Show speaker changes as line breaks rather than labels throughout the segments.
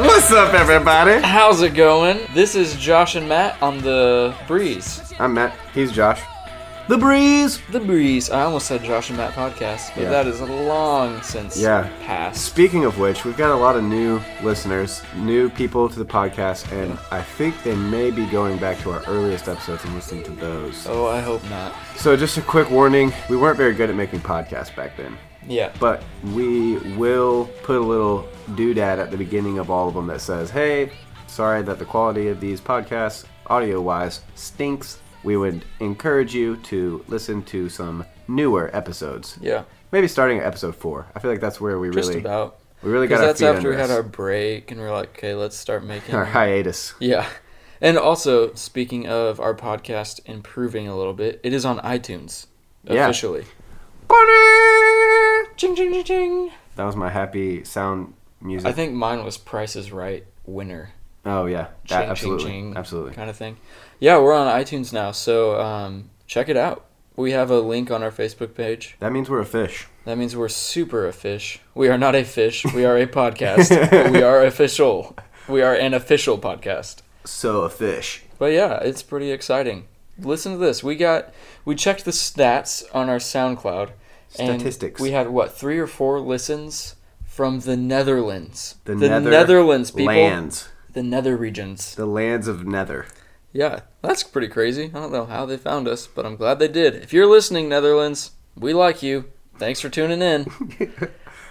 What's up, everybody?
How's it going? This is Josh and Matt on the Breeze.
I'm Matt. He's Josh. The breeze.
The Breeze. I almost said Josh and Matt podcast, but
Yeah.
that is long since
Yeah.
past.
Speaking of which, we've got a lot of new listeners, new people to the podcast, and I think they may be going back to our earliest episodes and listening to those.
Oh, I hope not.
So, just a quick warning we weren't very good at making podcasts back then,
Yeah.
but we will put a little doodad at the beginning of all of them that says, hey, sorry that the quality of these podcasts, audio wise, stinks. We would encourage you to listen to some newer episodes.
yeah.
Maybe starting at episode four. I feel like that's where we
Just
really
about.
we really got
Because
our
that's
feet
after
under
we had
us.
our break and we are like, okay, let's start making.
our hiatus.
Yeah. And also, speaking of our podcast improving a little bit, it is on iTunes
Yeah.
officially.
That
Ching, ching, ching, ching.
was my happy sound music.
I think mine was Price is Right winner.
oh yeah, that
ching,
absolutely,
ching, ching
absolutely.
kind of thing. Yeah, we're on iTunes now, so um, check it out. We have a link on our Facebook page.
That means we're a fish.
That means we're super a fish. We are not a fish. We are a podcast. but we are official. We are an official podcast.
So a fish.
But yeah, it's pretty exciting. Listen to this. We got we checked the stats on our SoundCloud. and
Statistics.
we had what three or four listens from the Netherlands.
The Nether
Netherlands people.
Lands.
The Nether regions.
The lands of Nether.
Yeah, that's pretty crazy. I don't know how they found us, but I'm glad they did. If you're listening, Netherlands, we like you. Thanks for tuning in.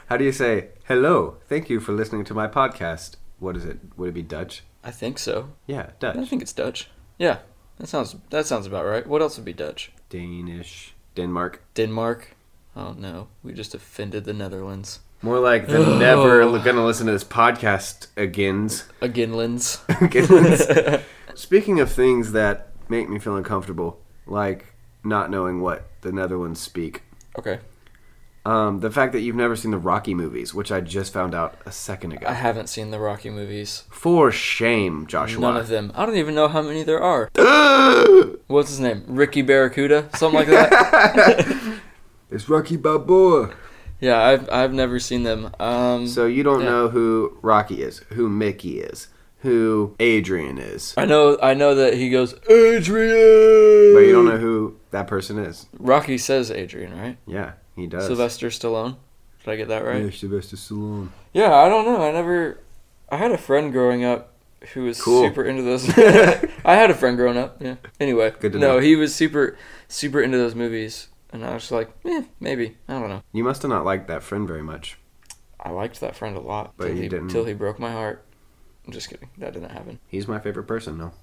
How do you say hello? Thank you for listening to my podcast. What is it? Would it be Dutch?
I think so.
Yeah,
I
Dutch,
think it's Dutch. Yeah, that sounds that sounds about right. What else would be Dutch?
Danish, Denmark.
Denmark. Oh no, we just offended the Netherlands.
More like the never gonna listen to this podcast agains.
Againlands.
Speaking of things that make me feel uncomfortable, like not knowing what the Netherlands speak,
okay,
um, the fact that you've never seen the Rocky movies, which I just found out a second ago.
I haven't seen the Rocky movies.
For shame,
None
Joshua.
of them. I don't even know how many there are. What's his name? Ricky Barracuda, something like that.
it's Rocky Balboa.
yeah, I've I've never seen them. Um,
So you don't
Yeah.
know who Rocky is, who Mickey is, who Adrian is,
I know I know that he goes Adrian.
but you don't know who that person is.
Rocky says Adrian, right?
Yeah, he does.
Sylvester Stallone. Did I get that right?
Yeah, Sylvester Stallone.
Yeah. I don't know. I never. I had a friend growing up who was
Cool.
super into those. I had a friend growing up. Yeah. Anyway,
Good to
no,
know.
he was super, super into those movies, and I was like, eh, maybe. I don't know.
You must have not liked that friend very much.
I liked that friend a lot.
But
till
you
he
didn't.
Till he broke my heart. I'm just kidding. That didn't happen.
He's my favorite person, though.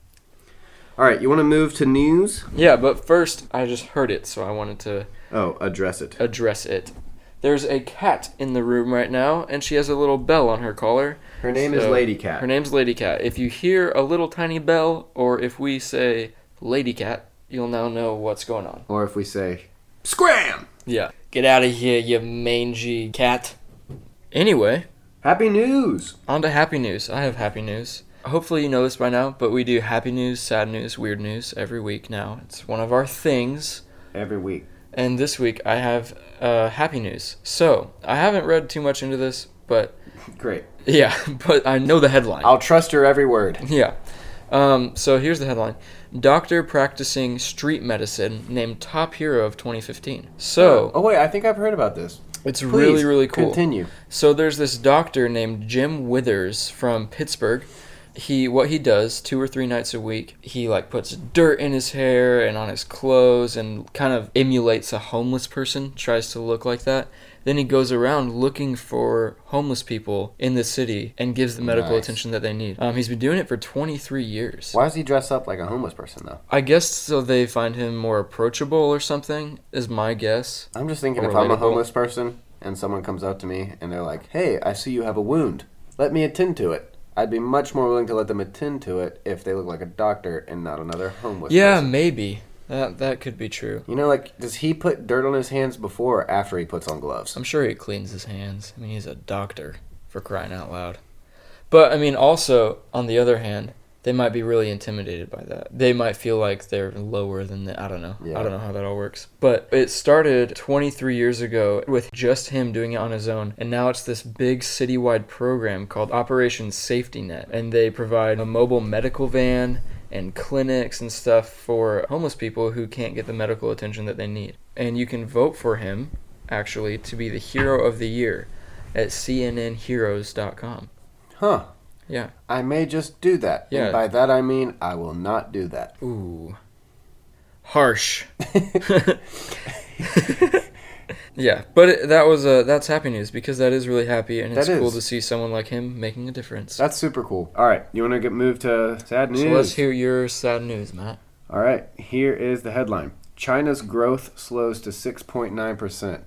All right, you want to move to news?
Yeah, but first I just heard it, so I wanted to
Oh, address it.
address it. There's a cat in the room right now, and she has a little bell on her collar.
Her name is
So,
Lady Cat.
Her name's Lady Cat. If you hear a little tiny bell, or if we say Lady Cat, you'll now know what's going on.
or if we say, Scram!
Yeah. Get out of here, you mangy cat. Anyway,
Happy news!
on to happy news. I have happy news. Hopefully, you know this by now, but we do happy news, sad news, weird news every week now. It's one of our things.
Every week.
And this week I have uh, happy news. So I haven't read too much into this, but
Great.
yeah, but I know the headline.
I'll trust her every word.
yeah. Um, so here's the headline: Doctor practicing street medicine named top hero of 2015. So
Oh, wait, I think I've heard about this.
it's
Please,
really really cool.
Continue.
So there's this doctor named Jim Withers from Pittsburgh. He what he does two or three nights a week, he like puts dirt in his hair and on his clothes and kind of emulates a homeless person, tries to look like that. Then he goes around looking for homeless people in the city and gives the medical
Nice.
attention that they need. Um, he's been doing it for 23 years.
Why does he dress up like a homeless person, though?
I guess so they find him more approachable or something is my guess.
I'm just thinking
Or
if I'm a
relatable.
homeless person and someone comes up to me and they're like, hey, I see you have a wound. Let me attend to it. I'd be much more willing to let them attend to it if they look like a doctor and not another homeless
Yeah,
person.
maybe. That that could be true.
You know, like, does he put dirt on his hands before or after he puts on gloves?
I'm sure he cleans his hands. I mean, he's a doctor for crying out loud. But I mean, also on the other hand, they might be really intimidated by that. They might feel like they're lower than the, I don't know.
Yeah.
I don't know how that all works. But it started 23 years ago with just him doing it on his own. And now it's this big citywide program called Operation Safety Net. And they provide a mobile medical van and clinics and stuff for homeless people who can't get the medical attention that they need. And you can vote for him, actually, to be the hero of the year at cnnheroes.com.
Huh.
Yeah.
I may just do that. And
Yeah.
by that I mean I will not do that.
Ooh. Harsh. yeah, but it, that was uh, that's happy news because that is really happy and it's
That
cool
is.
to see someone like him making a difference.
That's super cool. All right, you want to get moved to sad news?
so let's hear your sad news, Matt.
All right, here is the headline China's growth slows to 6.9%.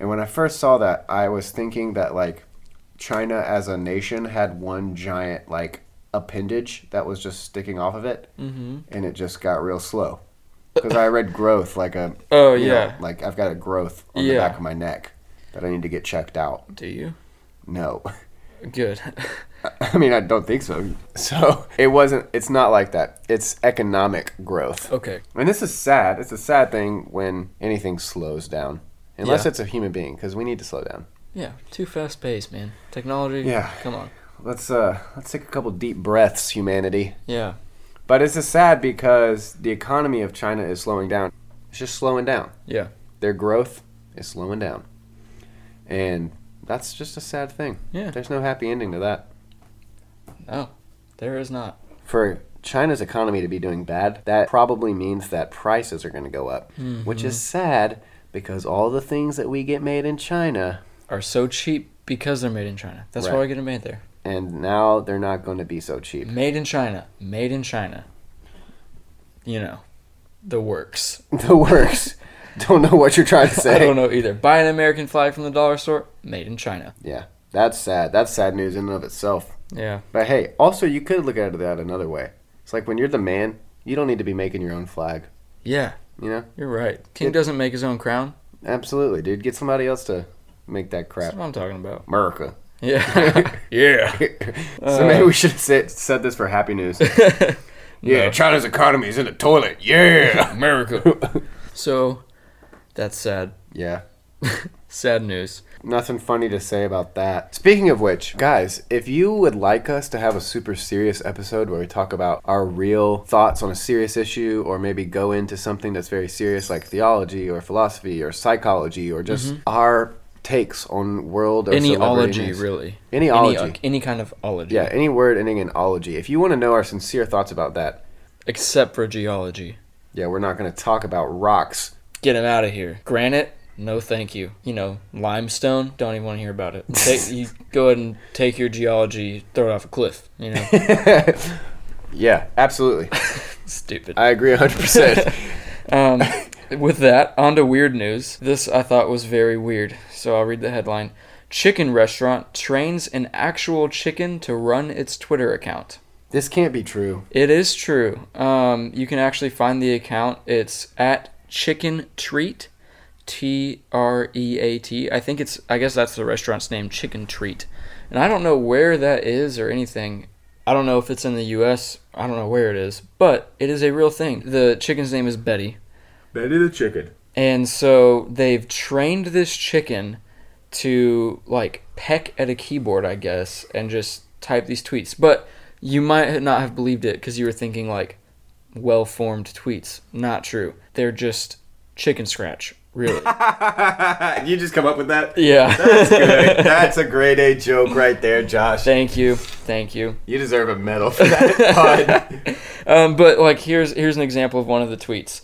And when I first saw that, I was thinking that, like, China as a nation had one giant, like, appendage that was just sticking off of it,
Mm-hmm.
and it just got real slow. Because I read growth like a.
Oh
you know,
yeah.
like, I've got a growth on the
Yeah.
back of my neck that I need to get checked out.
Do you?
No.
Good.
I mean, I don't think so. So, it wasn't, it's not like that. It's economic growth.
okay.
And this is sad. It's a sad thing when anything slows down, unless
Yeah.
it's a human being, because we need to slow down.
Yeah. Too fast paced, man. Technology.
Yeah.
Come on.
Let's uh, let's take a couple deep breaths, humanity.
Yeah.
But it's just sad because the economy of China is slowing down. It's just slowing down.
Yeah.
Their growth is slowing down, and that's just a sad thing.
Yeah.
There's no happy ending to that.
No. There is not.
For China's economy to be doing bad, that probably means that prices are going to go up,
Mm-hmm.
which is sad because all the things that we get made in China
Are so cheap because they're made in China. That's why
Right.
I get them made there.
and now they're not going to be so cheap.
Made in China. Made in China. You know, the works.
The works. don't know what you're trying to say.
I don't know either. Buy an American flag from the dollar store. Made in China.
Yeah, that's sad. That's sad news in and of itself.
Yeah.
But hey, also you could look at it that another way. It's like when you're the man, you don't need to be making your own flag.
Yeah.
You know,
You're right. King
It-
doesn't make his own crown.
absolutely, dude. Get somebody else to make that
That's
crap.
what I'm talking about.
America.
Yeah. yeah.
so
Uh.
maybe we should have said, said this for happy news. Yeah, China's economy is in the toilet. Yeah.
America. so, that's sad.
yeah.
Sad news.
Nothing funny to say about that. Speaking of which, guys, if you would like us to have a super serious episode where we talk about our real thoughts on a serious issue or maybe go into something that's very serious like theology or philosophy or psychology or just our takes on world or
Any
celebrity
ology,
news.
really.
Any
Any,
ology.
any kind of ology.
Yeah, any word ending in ology. If you want to know our sincere thoughts about that,
Except for geology.
yeah, we're not going to talk about rocks.
Get him out of here. Granite. No, thank you. You know, limestone. Don't even want to hear about it. Take, you go ahead and take your geology, throw it off a cliff. You know,
Yeah, absolutely.
stupid.
I agree 100%.
Um, with that, on to weird news. This I thought was very weird, so I'll read the headline. Chicken restaurant trains an actual chicken to run its Twitter account.
this can't be true.
It is true. Um, you can actually find the account. It's at Chicken Treat, T R E A T. I think it's. I guess that's the restaurant's name, Chicken Treat. And I don't know where that is or anything. I don't know if it's in the U.S. I don't know where it is, but it is a real thing. The chicken's name is Betty.
Betty the chicken.
And so they've trained this chicken to like peck at a keyboard, I guess, and just type these tweets. But you might not have believed it because you were thinking like well formed tweets. Not true. They're just chicken scratch, really.
you just come up with that?
yeah.
That's good. That's a grade A joke right there, Josh.
Thank you. Thank you.
You deserve a medal for that. pun.
Um, but like here's here's an example of one of the tweets.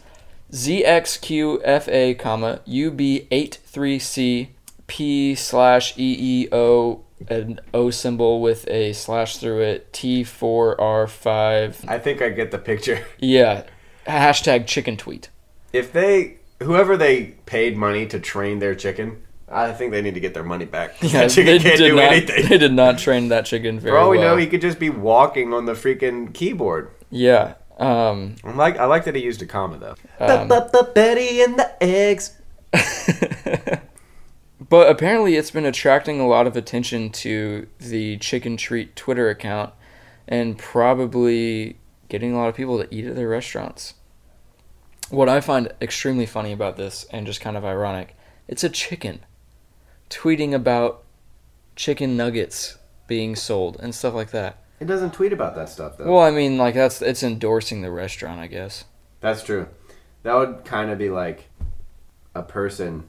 ZXQFA comma UB83C P slash EEO an O symbol with a slash through it T4R5
I think I get the picture.
yeah hashtag chicken tweet
If they, whoever they paid money to train their chicken, I think they need to get their money back. that chicken can't do
not,
anything.
They did not train that chicken very
For all we
well.
know, he could just be walking on the freaking keyboard.
yeah. Um,
I'm like, I like that he used a comma though. Betty and the eggs.
But apparently, it's been attracting a lot of attention to the Chicken Treat Twitter account and probably getting a lot of people to eat at their restaurants. What I find extremely funny about this and just kind of ironic, it's a chicken tweeting about chicken nuggets being sold and stuff like that.
It doesn't tweet about that stuff though.
Well, I mean, like that's it's endorsing the restaurant, I guess.
That's true. That would kind of be like a person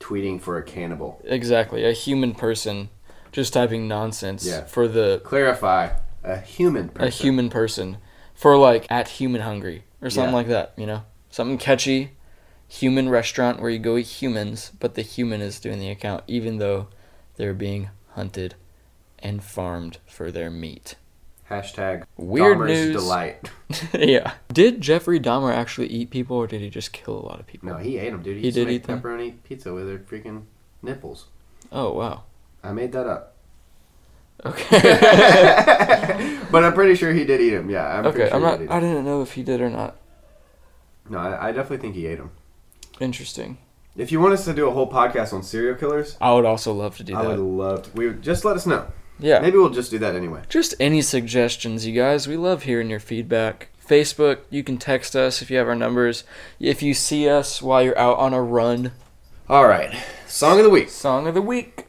tweeting for a cannibal.
Exactly, a human person just typing nonsense
Yeah.
for the
Clarify, a human person.
a human person for like at human hungry or something
Yeah.
like that, you know? Something catchy, human restaurant where you go eat humans, but the human is doing the account even though they're being hunted and farmed for their meat.
Hashtag
Weird
Dahmer's
news.
delight.
yeah. Did Jeffrey Dahmer actually eat people or did he just kill a lot of people?
No, he ate them, dude. He,
He
used to
did
make
eat them?
pepperoni pizza with their freaking nipples.
Oh, wow.
I made that up.
Okay.
but I'm pretty sure he did eat them. Yeah, I'm
okay,
pretty sure
I'm
he
not
did eat
I didn't know if he did or not.
'em. No, I, I definitely think he ate them.
Interesting.
If you want us to do a whole podcast on serial killers,
I would also love to do
I
that.
would love to. We would, just let us know.
yeah.
Maybe we'll just do that anyway.
Just any suggestions, you guys. We love hearing your feedback. Facebook, you can text us if you have our numbers. If you see us while you're out on a run,
All right, song of the week.
song of the week.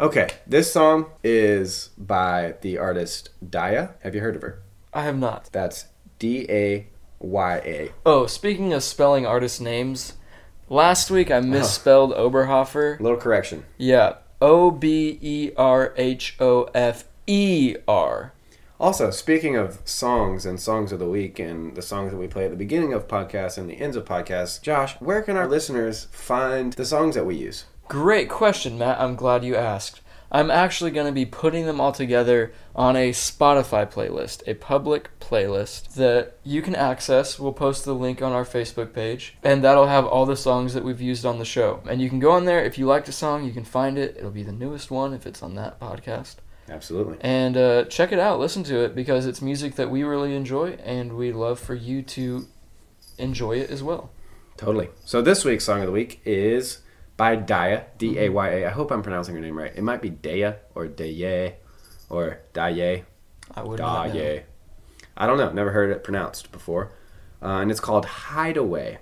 Okay, this song is by the artist Daya. Have you heard of her?
I have not.
That's D A Y A.
Oh, speaking of spelling artist names, last week I misspelled Oberhofer.
Little correction.
Yeah, O B E R H O F E R.
Also, speaking of songs and songs of the week and the songs that we play at the beginning of podcasts and the ends of podcasts, Josh, where can our listeners find the songs that we use?
Great question, Matt. I'm glad you asked. I'm actually going to be putting them all together on a Spotify playlist, a public playlist that you can access. We'll post the link on our Facebook page, and that'll have all the songs that we've used on the show. And you can go on there. If you liked a song, you can find it. It'll be the newest one if it's on that podcast.
Absolutely.
And uh, check it out, listen to it, because it's music that we really enjoy, and we love for you to enjoy it as well.
Totally. So this week's song of the week is by Daya, D A Y A. I hope I'm pronouncing her name right. It might be Daya or Daye or Daye,
I would not know.
Daye. I don't know. Never heard it pronounced before. Uh, and it's called Hideaway.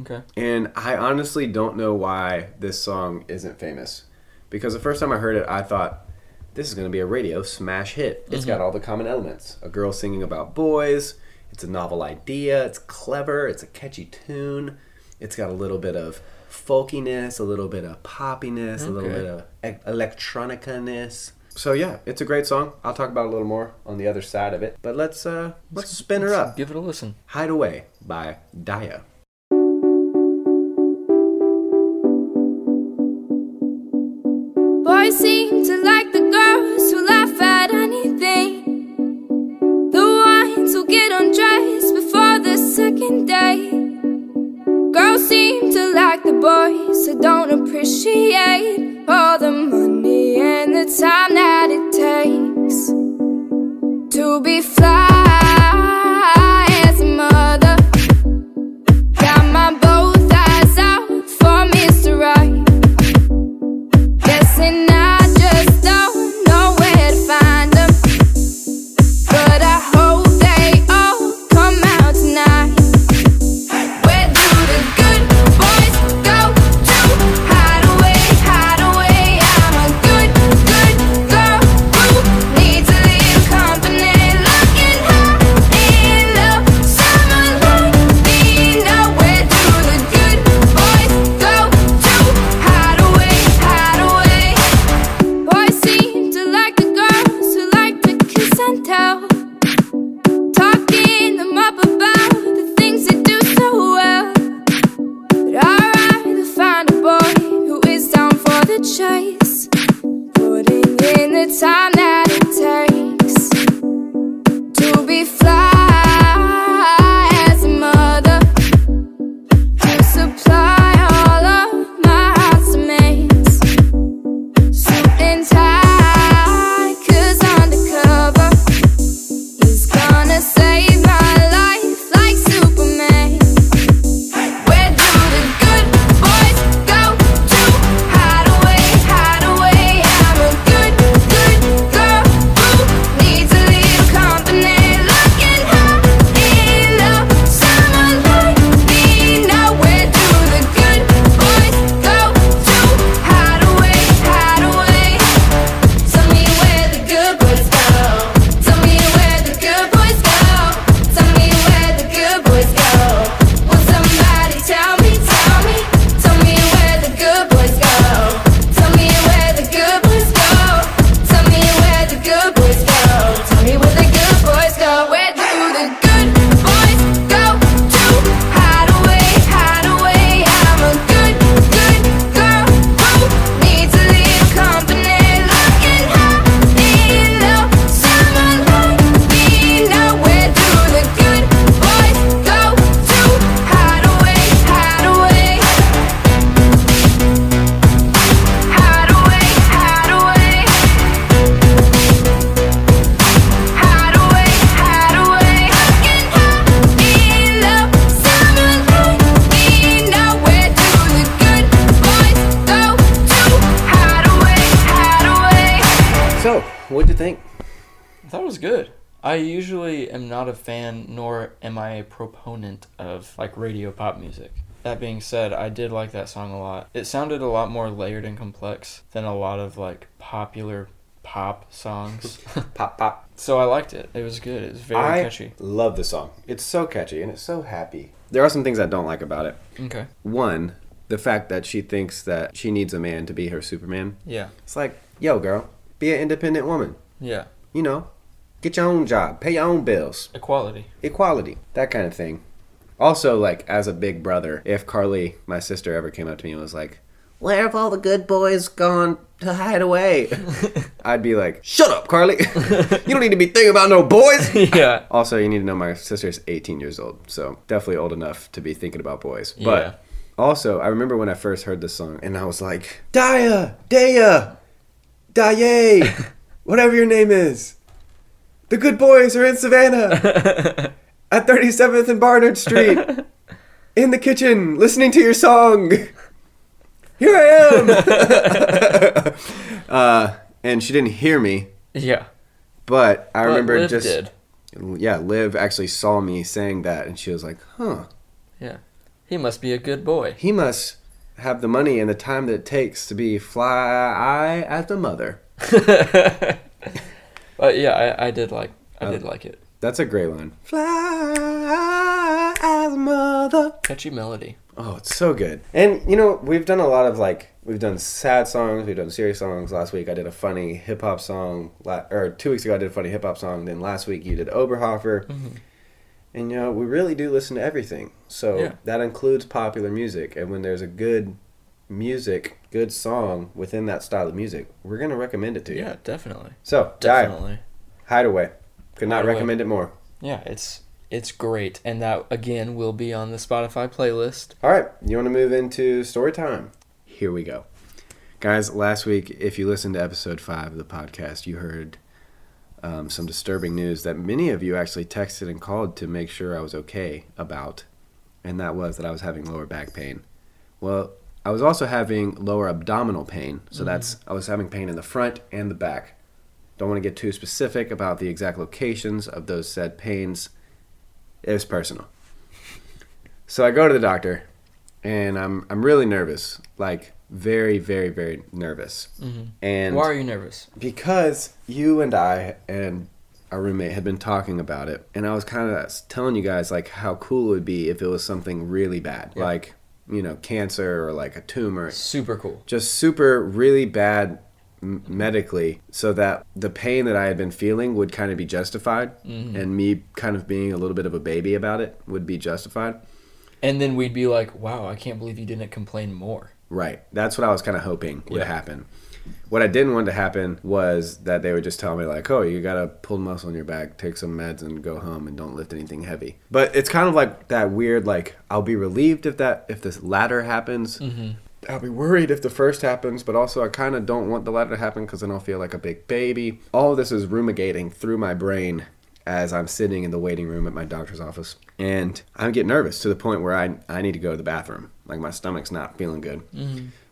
Okay.
And I honestly don't know why this song isn't famous. Because the first time I heard it, I thought, this is going to be a radio smash hit. It's got all the common elements a girl singing about boys, it's a novel idea, it's clever, it's a catchy tune, it's got a little bit of folkiness, a little bit of poppiness, a little
Okay.
bit of e- electronica-ness. So yeah, it's a great song. I'll talk about it a little more on the other side of it. But let's uh let's spin her
Let's
up.
Give it a listen.
Hideaway by Daya.
Boys seem to like the girls who laugh at anything. The ones who get undressed before the second day. Girls seem to like the boys who don't appreciate all the money and the time that it takes to be fly as a mother. Got my both eyes out for Mr. Right. Guessing I just don't know where to find 'em. But I hope they all come out tonight. Where do the good boys go to hide away, hide away? I'm a good, good girl who needs a little company. Looking high in low, summer long, Where do the good boys go to hide away, hide away? Boys seem to like the girls who like to kiss and tell. Talking them up about the things they do so well. But alright, I find a boy who is down for the chase. Putting in the time that it takes to be fly as a mother. To supply all of my heart's demands. Suit and tie, cause undercover. He's gonna save my life like Superman. Where do the good boys go to? Hide away, hide away. I'm a good, good girl
So, what'd you think?
I thought it was good. I usually am not a fan, nor am I a proponent of like radio pop music. That being said, I did like that song a lot. It sounded a lot more layered and complex than a lot of like popular pop songs.
Pop, pop.
so I liked it. It was good. It was very
I
catchy.
love the song. It's so catchy and it's so happy. There are some things I don't like about it.
Okay.
One, the fact that she thinks that she needs a man to be her Superman.
Yeah.
It's like, yo, girl, be an independent woman.
Yeah.
You know, get your own job, pay your own bills,
Equality.
equality, that kind of thing. Also, like, as a big brother, if Carly, my sister, ever came up to me and was like, Where have all the good boys gone to hide away? I'd be like, Shut up, Carly! you don't need to be thinking about no boys!
yeah.
Also, you need to know my sister's 18 years old, so definitely old enough to be thinking about boys.
Yeah.
But also, I remember when I first heard this song and I was like, Daya, Daya, Daye, whatever your name is. The good boys are in Savannah at 37th and Barnard Street in the kitchen listening to your song. Here I am. uh, and she didn't hear me,
Yeah.
but I
But
remember
Liv
just
did.
yeah, Liv actually saw me saying that, and she was like, "Huh,
Yeah. He must be a good boy.
he must have the money and the time that it takes to be fly as a mother."
But yeah, I, I did like I did like it.
That's a great line. Fly as a mother.
Catchy melody.
Oh, it's so good. And you know, we've done a lot of like we've done sad songs, we've done serious songs. Last week I did a funny hip hop song, la- or two weeks ago I did a funny hip hop song. Then last week you did Oberhofer.
Mm-hmm.
And you know, we really do listen to everything. So
Yeah.
that includes popular music. And when there's a good music, good song within that style of music, we're gonna recommend it to you.
Yeah, definitely.
So dive
Definitely.
hideaway. Could not
Hideaway.
recommend it more.
Yeah, it's it's great, and that again will be on the Spotify playlist.
All right, you want to move into story time? Here we go. Guys, last week, if you listened to episode five of the podcast, you heard um, some disturbing news that many of you actually texted and called to make sure I was okay about, and that was that I was having lower back pain. Well, I was also having lower abdominal pain, so
Mm-hmm.
that's I was having pain in the front and the back. Don't want to get too specific about the exact locations of those said pains. It was personal. So I go to the doctor, and I'm I'm really nervous, like very very very nervous. And
Mm-hmm. Why are you nervous?
because you and I and our roommate had been talking about it, and I was kind of telling you guys like how cool it would be if it was something really bad,
Yeah.
like you know cancer or like a tumor,
Super cool.
just super really bad m- medically, so that the pain that I had been feeling would kind of be justified, and me kind of being a little bit of a baby about it would be justified.
And then we'd be like, "Wow, I can't believe you didn't complain more."
Right. That's what I was kind of hoping would
Yeah.
happen. What I didn't want to happen was that they would just tell me like, "Oh, you got a pulled muscle in your back. Take some meds and go home and don't lift anything heavy." But it's kind of like that weird like I'll be relieved if that if this latter happens. I'll be worried if the first happens, but also I kind of don't want the latter to happen because then I'll feel like a big baby. All of this is ruminating through my brain as I'm sitting in the waiting room at my doctor's office. And I get nervous to the point where I, I need to go to the bathroom. Like my stomach's not feeling good.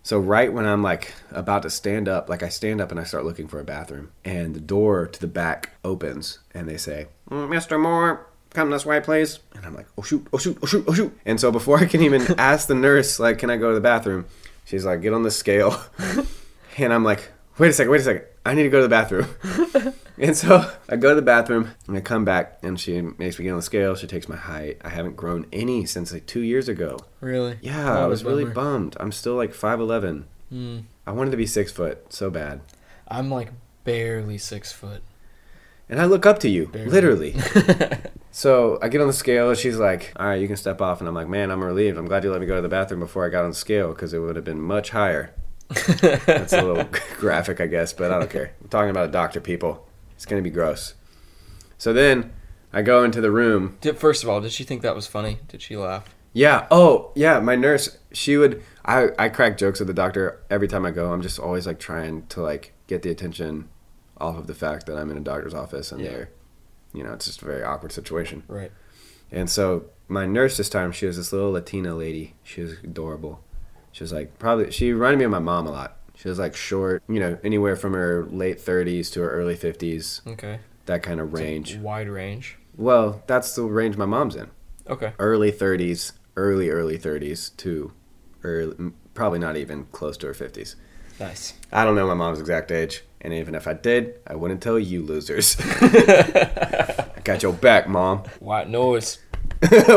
So, right when I'm like about to stand up, like I stand up and I start looking for a bathroom, and the door to the back opens and they say, "Mm, Mr. Moore, come this way, please. And I'm like, oh shoot, oh shoot, oh shoot, oh shoot. And so before I can even ask the nurse, like, can I go to the bathroom? She's like, get on the scale. and I'm like, wait a second, wait a second. I need to go to the bathroom. and so I go to the bathroom and I come back and she makes me get on the scale. She takes my height. I haven't grown any since like two years ago.
Really?
Yeah, I was really bummed. I'm still like 5'11. I wanted to be six foot so bad.
I'm like barely six foot.
And I look up to you,
Barely.
literally. so I get on the scale. She's like, "All right, you can step off." And I'm like, "Man, I'm relieved. I'm glad you let me go to the bathroom before I got on the scale because it would have been much higher." That's a little graphic, I guess, but I don't care. I'm talking about a doctor, people. It's gonna be gross. So then I go into the room.
Did, first of all, did she think that was funny? Did she laugh?
Yeah. Oh, yeah. My nurse. She would. I I crack jokes at the doctor every time I go. I'm just always like trying to like get the attention off of the fact that I'm in a doctor's office and
Yeah.
they're, you know, it's just a very awkward situation.
Right.
And so my nurse this time, she was this little Latina lady. She was adorable. She was like probably she reminded me of my mom a lot. She was like short, you know, anywhere from her late 30s to her early 50s,
Okay.
that kind of range.
Wide range.
Well, that's the range my mom's in.
Okay.
Early 30s, early early 30s to early, m- probably not even close to her 50s.
Nice.
I don't know my mom's exact age, and even if I did, I wouldn't tell you losers. I got your back, mom.
White noise.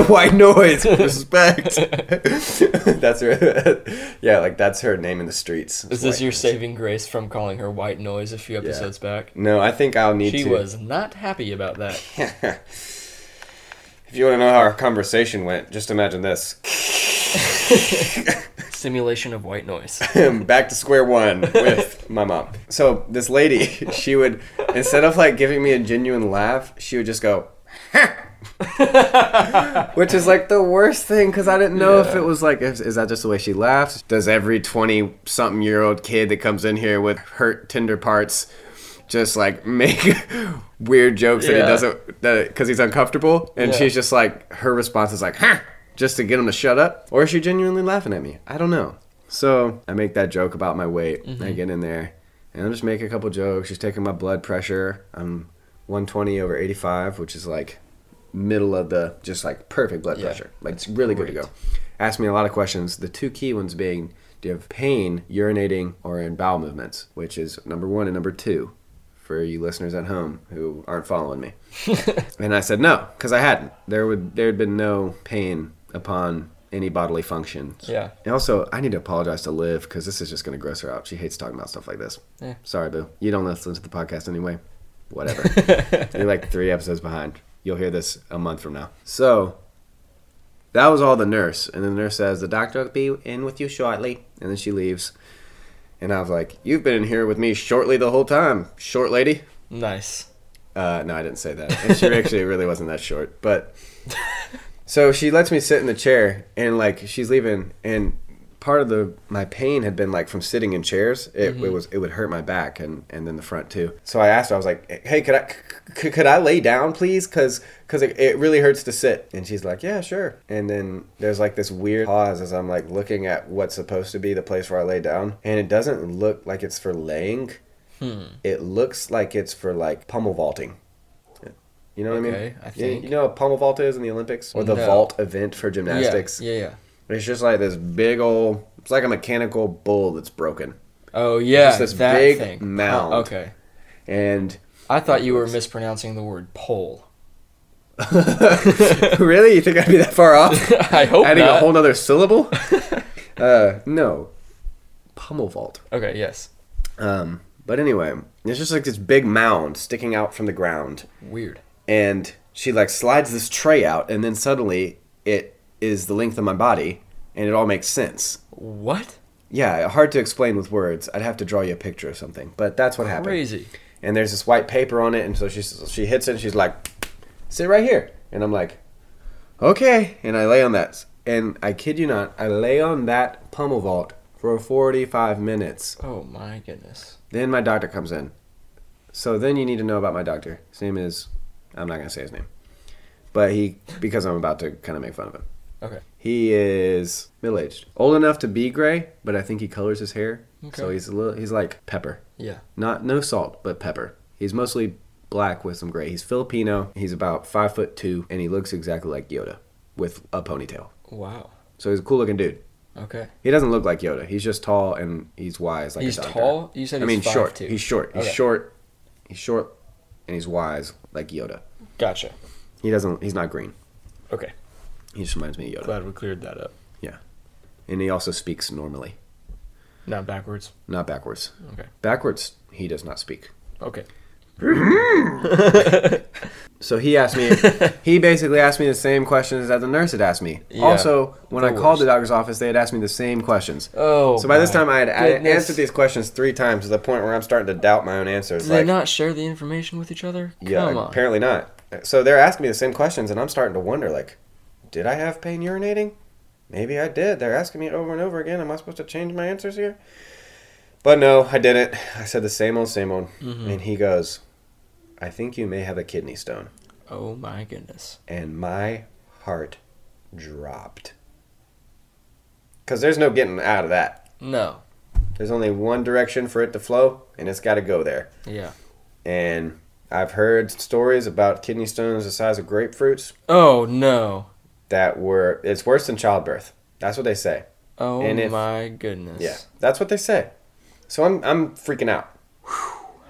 White noise, respect. that's her. yeah, like that's her name in the streets.
Is this your saving grace from calling her white noise a few episodes back?
No, I think I'll need
She
to.
was not happy about that.
if you want to know how our conversation went, just imagine this.
Simulation of white noise.
Back to square one with my mom. So this lady, she would instead of like giving me a genuine laugh, she would just go, which is like the worst thing because I didn't know if
Yeah.
it was like, is, is that just the way she laughs? Does every twenty-something-year-old kid that comes in here with hurt tender parts? Just like make weird jokes that he
Yeah.
doesn't, that because he's uncomfortable, and
Yeah.
she's just like her response is like, "Huh," just to get him to shut up, or is she genuinely laughing at me? I don't know. So I make that joke about my weight. I
Mm-hmm.
get in there, and I just make a couple jokes. She's taking my blood pressure. I'm 120 over 85, which is like middle of the just like perfect blood
Yeah,
pressure. Like it's really good to
great.
go. Asked me a lot of questions. The two key ones being, do you have pain urinating or in bowel movements, which is number one and number two for you listeners at home who aren't following me. And I said no, because I hadn't. There would there had been no pain upon any bodily function.
Yeah.
And also, I need to apologize to Liv because this is just going to gross her out. She hates talking about stuff like this.
Yeah.
Sorry, boo. You don't listen to the podcast anyway. Whatever. You're like three episodes behind. You'll hear this a month from now. So that was all the nurse, and the nurse says the doctor will be in with you shortly, and then she leaves. And I was like, "You've been in here with me shortly the whole time, short lady."
Nice.
Uh, no, I didn't say that. And she actually really wasn't that short. But so she lets me sit in the chair, and like she's leaving, and part of the my pain had been like from sitting in chairs. It,
Mm-hmm.
it was it would hurt my back and and then the front too. So I asked her. I was like, "Hey, could I c- c- could I lay down, please? Because because it, it really hurts to sit." And she's like, "Yeah, sure." And then there's like this weird pause as I'm like looking at what's supposed to be the place where I lay down, and it doesn't look like it's for laying
Hmm.
it looks like it's for like pummel vaulting. You know what I mean?
Okay, I
You-
think.
You, know what pummel vault is in the Olympics or the
No.
vault event for gymnastics.
Yeah. Yeah. Yeah.
It's just like this big old. It's like a mechanical bull that's broken,
Oh yeah.
just this
that
big
thing. Oh,
mound.
okay.
and
I thought you were mispronouncing the word pole.
really, you think I'd be that far off?
I hope
Adding
not.
a whole nother syllable? uh, no, pummel vault.
okay. Yes.
Um, but anyway, it's just like this big mound sticking out from the ground.
Weird.
and she like slides this tray out and then suddenly it is the length of my body and it all makes sense
What?
yeah hard to explain with words i'd have to draw you a picture or something but that's what happened
Crazy.
and there's this white paper on it and so she she hits it and she's like sit right here and i'm like okay and i lay on that and i kid you not i lay on that pummel vault for 45 minutes
Oh my goodness.
then my doctor comes in. So then you need to know about my doctor. His name is I'm not gonna say his name. But he because I'm about to kinda make fun of him.
Okay.
He is middle aged. Old enough to be gray, but I think he colors his hair. So
Okay.
he's a little he's like pepper.
Yeah.
Not no salt, but pepper. He's mostly black with some gray. He's Filipino, he's about five foot two, and he looks exactly like Yoda with a ponytail.
Wow.
So he's a cool looking dude.
Okay.
He doesn't look like Yoda. He's just tall and he's wise. Like
He's
a doctor.
tall? You said
I
he's
mean, short.
5'2".
He's short. He's
Okay.
short. He's short, and he's wise like Yoda.
Gotcha.
He doesn't. He's not green.
Okay.
He just reminds me of Yoda.
Glad we cleared that up.
yeah, and he also speaks normally,
Not backwards.
not backwards.
Okay.
Backwards, he does not speak.
Okay.
So he asked me. he basically asked me the same questions that the nurse had asked me.
Yeah,
also, when
the
I called the
worst.
doctor's office, they had asked me the same questions.
Oh.
so by this
my
time, I had I had
goodness.
answered these questions three times to the point where I'm starting to doubt my own answers.
Do
like,
they not share the information with each other?
Yeah,
Come on.
apparently not. So they're asking me the same questions, and I'm starting to wonder, like, did I have pain urinating? Maybe I did. They're asking me over and over again. Am I supposed to change my answers here? But no, I didn't. I said the same old, same old.
Mm-hmm.
And he goes, I think you may have a kidney stone.
oh my goodness.
And my heart dropped. Because there's no getting out of that.
No.
There's only one direction for it to flow, and it's got to go there.
Yeah.
And I've heard stories about kidney stones the size of grapefruits
Oh no.
that were it's worse than childbirth. That's what they say.
Oh
And if-
my goodness.
Yeah, that's what they say. So I'm I'm freaking out.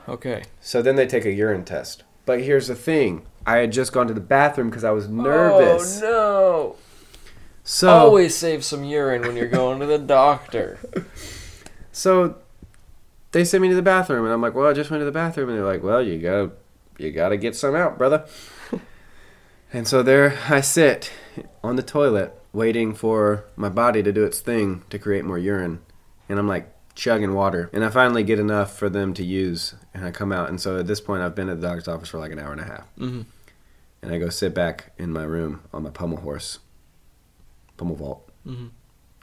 Okay.
So then they take a urine test. But here's the thing: I had just gone to the bathroom because I was nervous.
Oh no. Oh,
So
Always save some urine when you're going to the doctor.
so they sent me to the bathroom, and I'm like, "Well, I just went to the bathroom," and they're like, "Well, you gotta you gotta get some out, brother." and so there I sit on the toilet, waiting for my body to do its thing to create more urine, and I'm like chugging water, and I finally get enough for them to use, and I come out, and so at this point I've been at the doctor's office for like an hour and a half.
Mhm.
and I go sit back in my room on my pummel horse, pummel vault.
Mhm.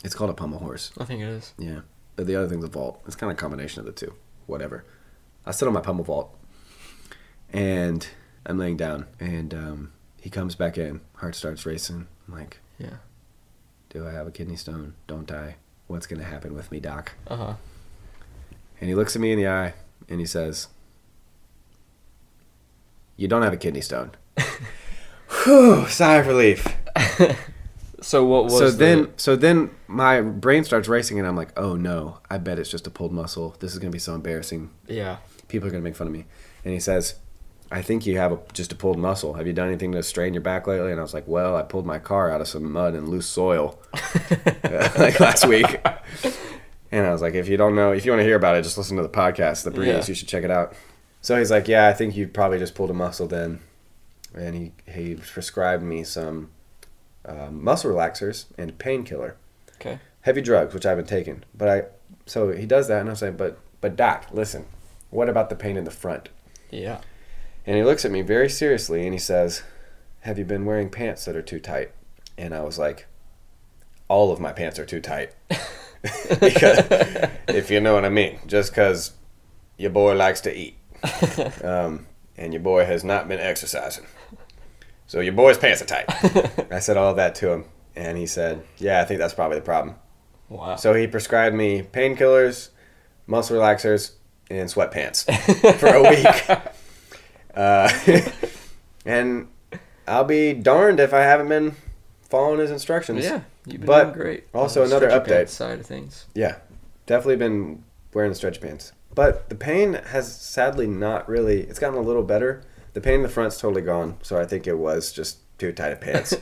It's called a pummel horse,
I think it is.
yeah. But the other thing's a vault. It's kind of a combination of the two. Whatever. I sit on my pummel vault, and I'm laying down, and um, he comes back in. Heart starts racing. I'm like,
Yeah.
Do I have a kidney stone? Don't I? What's gonna happen with me, doc?
Uh huh.
And he looks at me in the eye, and he says, "You don't have a kidney stone." Whew, sigh of relief.
So what was?
so
the-
then so then my brain starts racing and i'm like oh no i bet it's just a pulled muscle this is going to be so embarrassing
Yeah.
people are going to make fun of me and he says i think you have a, just a pulled muscle have you done anything to strain your back lately and i was like well i pulled my car out of some mud and loose soil like last week and i was like if you don't know if you want to hear about it just listen to the podcast the breeze
Yeah.
you should check it out so he's like yeah i think you probably just pulled a muscle then and he, he prescribed me some uh, muscle relaxers and painkiller
Okay.
heavy drugs, which I haven't taken. But I, so he does that, and I'm saying, but but doc, listen, what about the pain in the front?
Yeah.
And he looks at me very seriously, and he says, "Have you been wearing pants that are too tight?" And I was like, "All of my pants are too tight," because if you know what I mean, just because your boy likes to eat, um, and your boy has not been exercising, so your boy's pants are tight. I said all that to him, and he said, "Yeah, I think that's probably the problem."
Wow.
So he prescribed me painkillers, muscle relaxers, and sweatpants for a week. uh, and I'll be darned if I haven't been following his instructions.
yeah, you've been
but
doing great.
also
on the
another
stretchy
update.
pants side of things.
Yeah. Definitely been wearing the stretch pants. But the pain has sadly not really, it's gotten a little better. The pain in the front's totally gone. So I think it was just too tight of pants,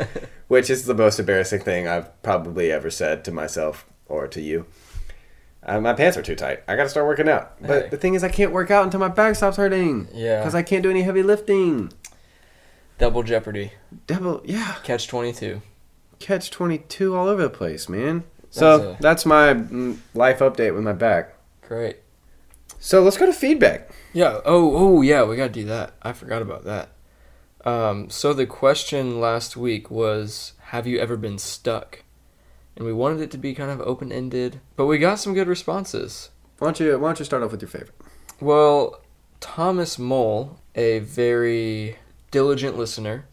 which is the most embarrassing thing I've probably ever said to myself or to you. Uh, my pants are too tight. I got to start working out. But
Hey.
the thing is, I can't work out until my back stops hurting.
Yeah.
Because I can't do any heavy lifting.
Double Jeopardy,
Double, yeah.
Catch Twenty Two.
Catch 22 all over the place, man.
That's
so
a-
that's my mm, life update with my back.
Great.
So let's go to feedback.
Yeah. Oh. Oh. Yeah. We gotta do that. I forgot about that. Um, so the question last week was, "Have you ever been stuck?" And we wanted it to be kind of open ended, but we got some good responses.
Why don't you Why don't you start off with your favorite?
Well, Thomas Mole, a very diligent listener,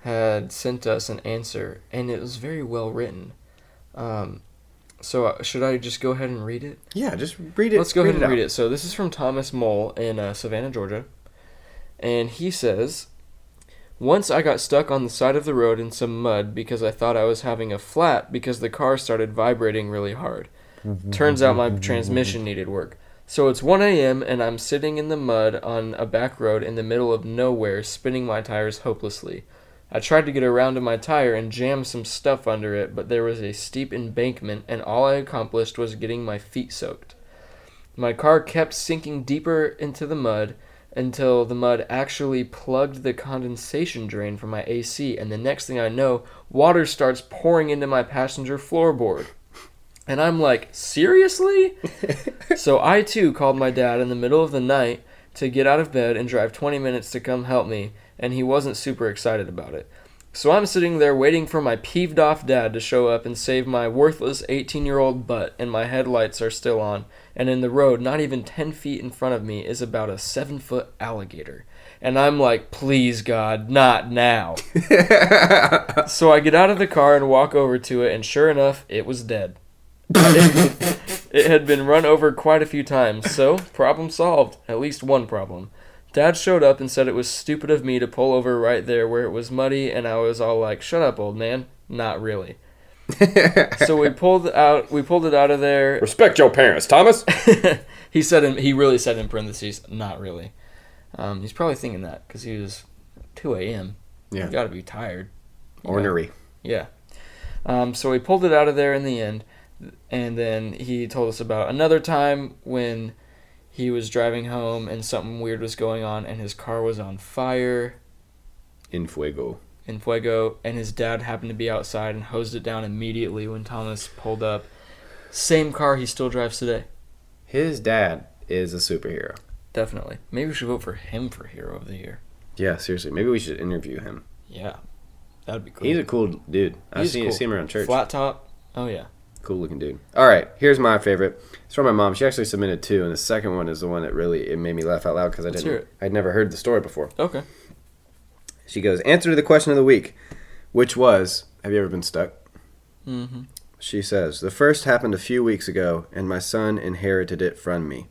had sent us an answer, and it was very well written. Um, so uh, should I just go ahead and read it?
Yeah, just read it.
Let's go ahead and read it. So this is from Thomas Mole in uh, Savannah, Georgia, and he says, "Once I got stuck on the side of the road in some mud because I thought I was having a flat because the car started vibrating really hard. Turns out my transmission needed work. So it's 1 a.m. and I'm sitting in the mud on a back road in the middle of nowhere, spinning my tires hopelessly." I tried to get around to my tire and jam some stuff under it, but there was a steep embankment, and all I accomplished was getting my feet soaked. My car kept sinking deeper into the mud until the mud actually plugged the condensation drain from my AC, and the next thing I know, water starts pouring into my passenger floorboard. And I'm like, seriously? so I too called my dad in the middle of the night to get out of bed and drive 20 minutes to come help me, and he wasn't super excited about it. So I'm sitting there waiting for my peeved off dad to show up and save my worthless 18 year old butt, and my headlights are still on. And in the road, not even 10 feet in front of me, is about a 7 foot alligator. And I'm like, please, God, not now. so I get out of the car and walk over to it, and sure enough, it was dead. It had been run over quite a few times, so problem solved. At least one problem. Dad showed up and said it was stupid of me to pull over right there where it was muddy, and I was all like, "Shut up, old man." Not really. so we pulled out. We pulled it out of there.
Respect your parents, Thomas.
He said. In, he really said in parentheses, "Not really." Um, he's probably thinking that because he was 2 a.m.
Yeah.
you got to be tired.
Ornery.
Yeah. Um, so we pulled it out of there in the end. And then he told us about another time when he was driving home and something weird was going on and his car was on fire
In fuego.
in Fuego and his dad happened to be outside and hosed it down immediately when Thomas pulled up. Same car he still drives today.
His dad is a superhero.
Definitely. Maybe we should vote for him for Hero of the Year.
Yeah, seriously. Maybe we should interview him.
Yeah. That'd be cool.
He's a cool dude. I've
He's
seen,
cool.
see him around church.
Flat top. Oh, yeah.
Cool looking dude. All right, here's my favorite. It's from my mom. She actually submitted two, and the second one is the one that really it made me laugh out loud because I
Let's hear
didn't
it.
I'd never heard the story before.
Okay.
She goes, answer to the question of the week, which was, have you ever been stuck?
Mm-hmm.
She says, the first happened a few weeks ago, and my son inherited it from me.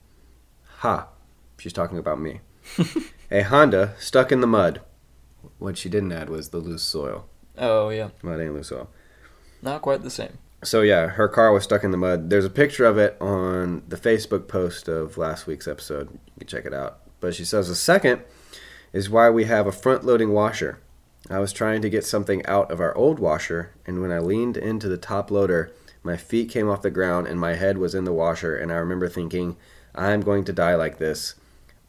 Ha. She's talking about me. a Honda stuck in the mud. What she didn't add was the loose soil.
Oh, yeah.
Mud ain't loose soil.
Not quite the same.
So yeah, her car was stuck in the mud. There's a picture of it on the Facebook post of last week's episode. You can check it out. But she says the second is why we have a front-loading washer. I was trying to get something out of our old washer, and when I leaned into the top loader, my feet came off the ground and my head was in the washer, and I remember thinking, I'm going to die like this.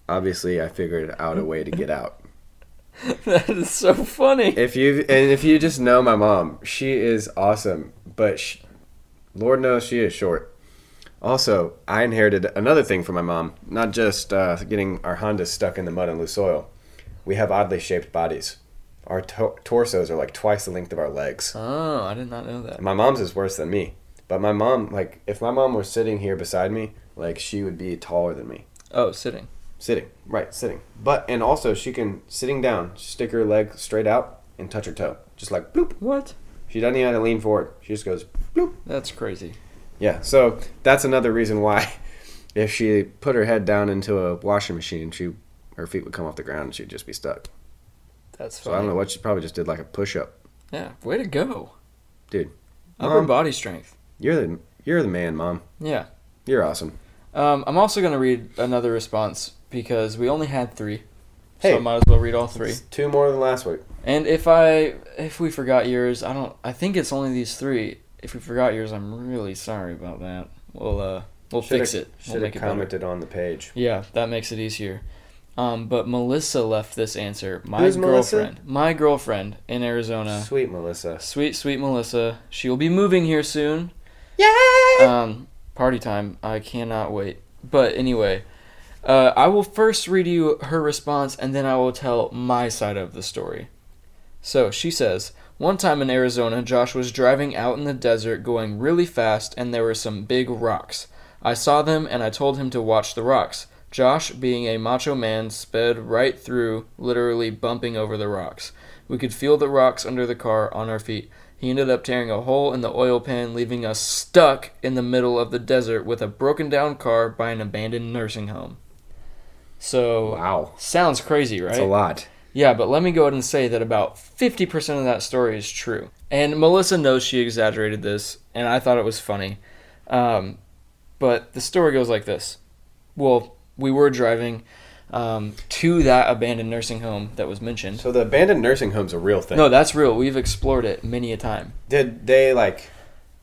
Obviously, I figured out a way to get out.
that is so funny.
If you and if you just know my mom, she is awesome, but sh Lord knows she is short. Also, I inherited another thing from my mom, not just uh, getting our Hondas stuck in the mud and loose soil. We have oddly shaped bodies. Our to- torsos are like twice the length of our legs.
Oh, I did not know that.
My mom's is worse than me, but my mom, like, if my mom was sitting here beside me, like, she would be taller than me
Oh, sitting.
sitting right sitting but and also she can sitting down stick her leg straight out and touch her toe just like bloop
What?
she doesn't even have to lean forward she just goes bloop
That's crazy.
yeah so that's another reason why if she put her head down into a washing machine she her feet would come off the ground and she'd just be stuck
That's
so
funny.
i don't know what she probably just did like a push-up
Yeah, way to go.
Dude, Um,
Upper
mom-
body strength.
you're the you're the man mom
Yeah.
you're awesome
Um, I'm also going to read another response because we only had three.
Hey.
So I might as well read all three.
It's two more than last week
And if I if we forgot yours, I don't I think it's only these three. If we forgot yours, I'm really sorry about that. We'll uh we'll fix it. We'll
should have
make it better.
commented on the page
Yeah, that makes it easier. Um, but Melissa left this answer. My
Who's Melissa?
girlfriend. My girlfriend in Arizona.
sweet melissa
Sweet, sweet Melissa. She will be moving here soon. Yay! Um, party time. I cannot wait. But anyway, uh, I will first read you her response and then I will tell my side of the story. So she says One time in Arizona, Josh was driving out in the desert going really fast and there were some big rocks. I saw them and I told him to watch the rocks. Josh, being a macho man, sped right through, literally bumping over the rocks. We could feel the rocks under the car on our feet. He ended up tearing a hole in the oil pan, leaving us stuck in the middle of the desert with a broken down car by an abandoned nursing home. So,
wow
sounds crazy, right?
that's a lot
Yeah, but let me go ahead and say that about 50% of that story is true. And Melissa knows she exaggerated this, and I thought it was funny. Um, but the story goes like this Well, we were driving um, to that abandoned nursing home that was mentioned.
so the abandoned nursing home's a real thing
No, that's real. We've explored it many a time.
Did they like?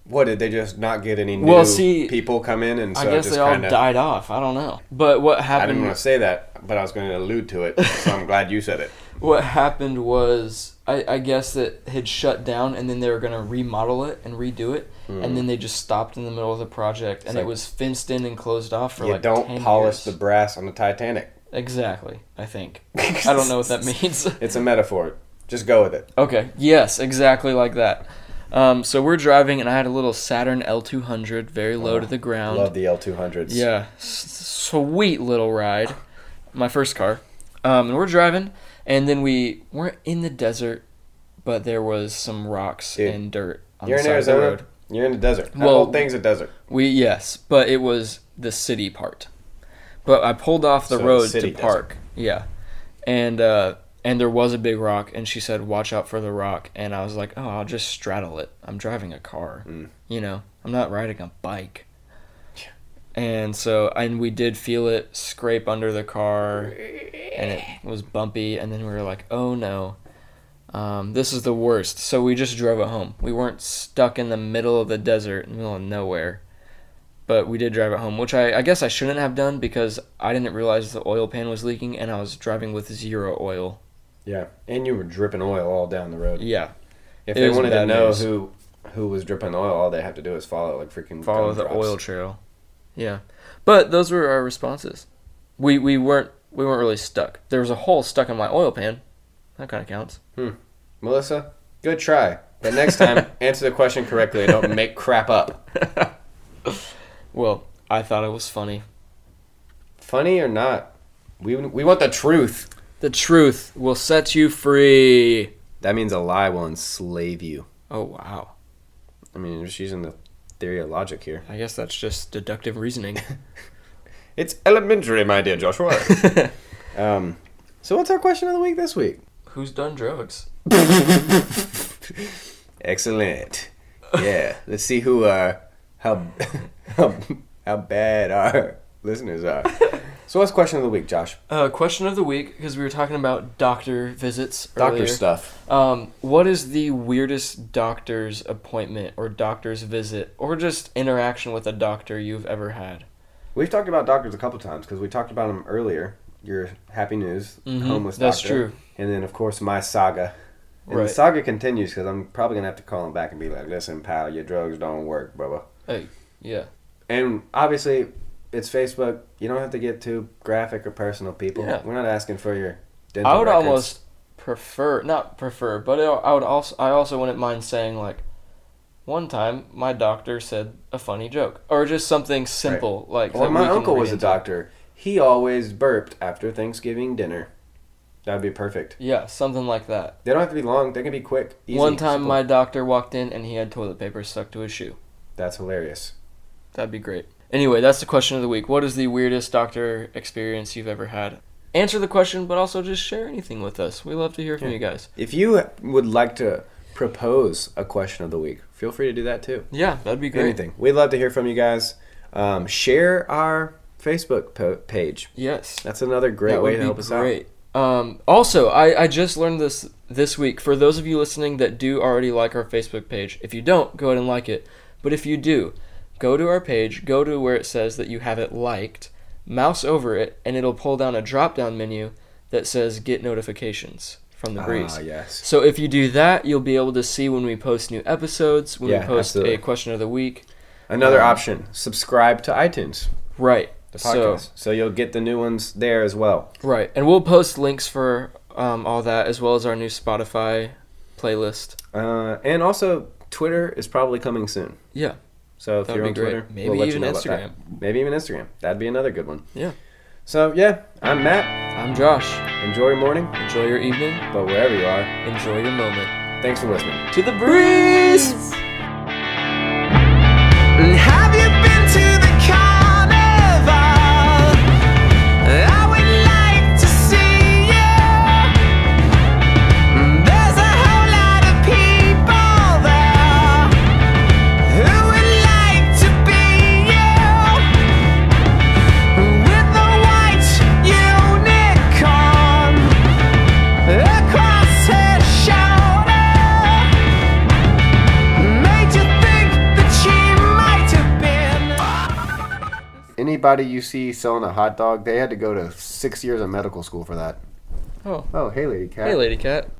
What did they just not get any new
Well, see,
people come in, and so
I guess
just
they all
kind of.
died off. I don't know. But what
I didn't
happened
want to say that, but I was going to allude to it. So I'm glad you said it.
what happened was I, I guess that had shut down and then they were gonna remodel it and redo it and then they just stopped in the middle of the project and
Mm. like-
it was fenced in and closed off for
you
like
don't
10
polish
years.
the brass on the Titanic.
exactly I think I don't know what that means
It's a metaphor. Just go with it.
okay yes exactly like that um, so we're driving and I had a little Saturn L200 very low to the ground
Oh, Love the L200s.
Um, Yeah, s- sweet little ride. My first car. Um, and we're driving, and then we weren't in the desert, but there was some rocks
Dude,
and dirt on
you're
the
in
side of
Arizona.
the road.
You're in the desert. That
Well-
whole thing's a desert.
We yes, but it was the city part. But I pulled off the
So the
road
city
to
desert.
park. Yeah, and uh, and there was a big rock, and she said, "Watch out for the rock." And I was like, "Oh, I'll just straddle it. I'm driving a car.
Hmm.
You know, I'm not riding a bike." And so, and we did feel it scrape under the car, and it was bumpy. And then we were like, "Oh no, um, this is the worst." So we just drove it home. We weren't stuck in the middle of the desert, in the middle of nowhere but we did drive it home, which I, I guess I shouldn't have done because I didn't realize the oil pan was leaking and I was driving with zero oil.
Yeah, and you were dripping oil all down the road.
Yeah,
If
It
they
was
wanted to
bad
know
news.
who who was dripping oil, all they have to do is follow like freaking
follow the
gumdrops.
oil trail. Yeah, but those were our responses. We we weren't we weren't really stuck. There was a hole stuck in my oil pan. That kind of counts.
Melissa, good try, but next time answer the question correctly. and Don't make crap up.
Well, I thought it was funny.
Funny or not, we we want the truth.
The truth will set you free.
That means a lie will enslave you.
Oh wow!
I mean, just using the theory of logic here.
I guess that's just deductive reasoning.
It's elementary, my dear Joshua. um, so what's our question of the week this week?
Who's done drugs?
Excellent. Yeah, let's see who uh how how, how bad our listeners are. So what's question of the week, Josh?
Uh, question of the week because we were talking about doctor visits.
Doctor
earlier.
stuff.
Um, what is the weirdest doctor's appointment or doctor's visit or just interaction with a doctor you've ever had?
We've talked about doctors a couple times because we talked about them earlier. Your happy news,
Mhm,
homeless
that's
doctor.
true.
And then of course my saga. And
Right.
the saga continues because I'm probably gonna have to call him back and be like, "Listen, pal, your drugs don't work, brother."
Hey, yeah,
And obviously, it's Facebook. You don't have to get too graphic or personal, people.
Yeah.
We're not asking for your. Dental
I would
records.
almost prefer not prefer, but I- I would also I also wouldn't mind saying like, one time my doctor said a funny joke or just something simple like.
Well,
that we
my
can
uncle
read
was a
into.
doctor. He always burped after Thanksgiving dinner. That'd be perfect.
Yeah, something like that.
They don't have to be long. They can be quick. Easy,
one time,
simple.
my doctor walked in and he had toilet paper stuck to his shoe.
That's hilarious.
That'd be great. Anyway, that's the question of the week. What is the weirdest doctor experience you've ever had? Answer the question, but also just share anything with us. We love to hear from you guys.
If you would like to propose a question of the week, feel free to do that too.
Yeah, that'd be great.
Anything. We'd love to hear from you guys. Um, share our Facebook po- page.
Yes.
That's another great
that
way
would
to
be
help us out.
great. Um, also, I, I just learned this this week. For those of you listening that do already like our Facebook page, if you don't, go ahead and like it. But if you do, go to our page, go to where it says that you have it liked, mouse over it, and it'll pull down a drop down menu that says get notifications from the breeze.
Ah, yes.
So if you do that, you'll be able to see when we post new episodes, when
Yeah,
we post
absolutely.
a question of the week.
Another
Um,
option: subscribe to iTunes,
Right.
the
So-
podcast, so, you'll get the new ones there as well.
right. And we'll post links for um, all that as well as our new Spotify playlist.
Uh, and also, Twitter is probably coming soon.
Yeah.
So if
That'd
you're
be
on
great.
Twitter,
Maybe
let
even
about that. Maybe even Instagram. That'd be another good one.
Yeah.
So yeah, I'm Matt.
I'm Josh.
Enjoy your morning,
Enjoy your evening.
but wherever you are,
Enjoy your moment.
thanks for listening.
To the breeze.
And have you been to the carnival? I would like to see you. There's a whole lot of people there who would like to be you with the white unicorn across his shoulder. Made you think that she might have been.
Anybody you see selling a hot dog, they had to go to six years of medical school for that.
Oh.
Oh, hey, lady cat.
Hey, lady cat.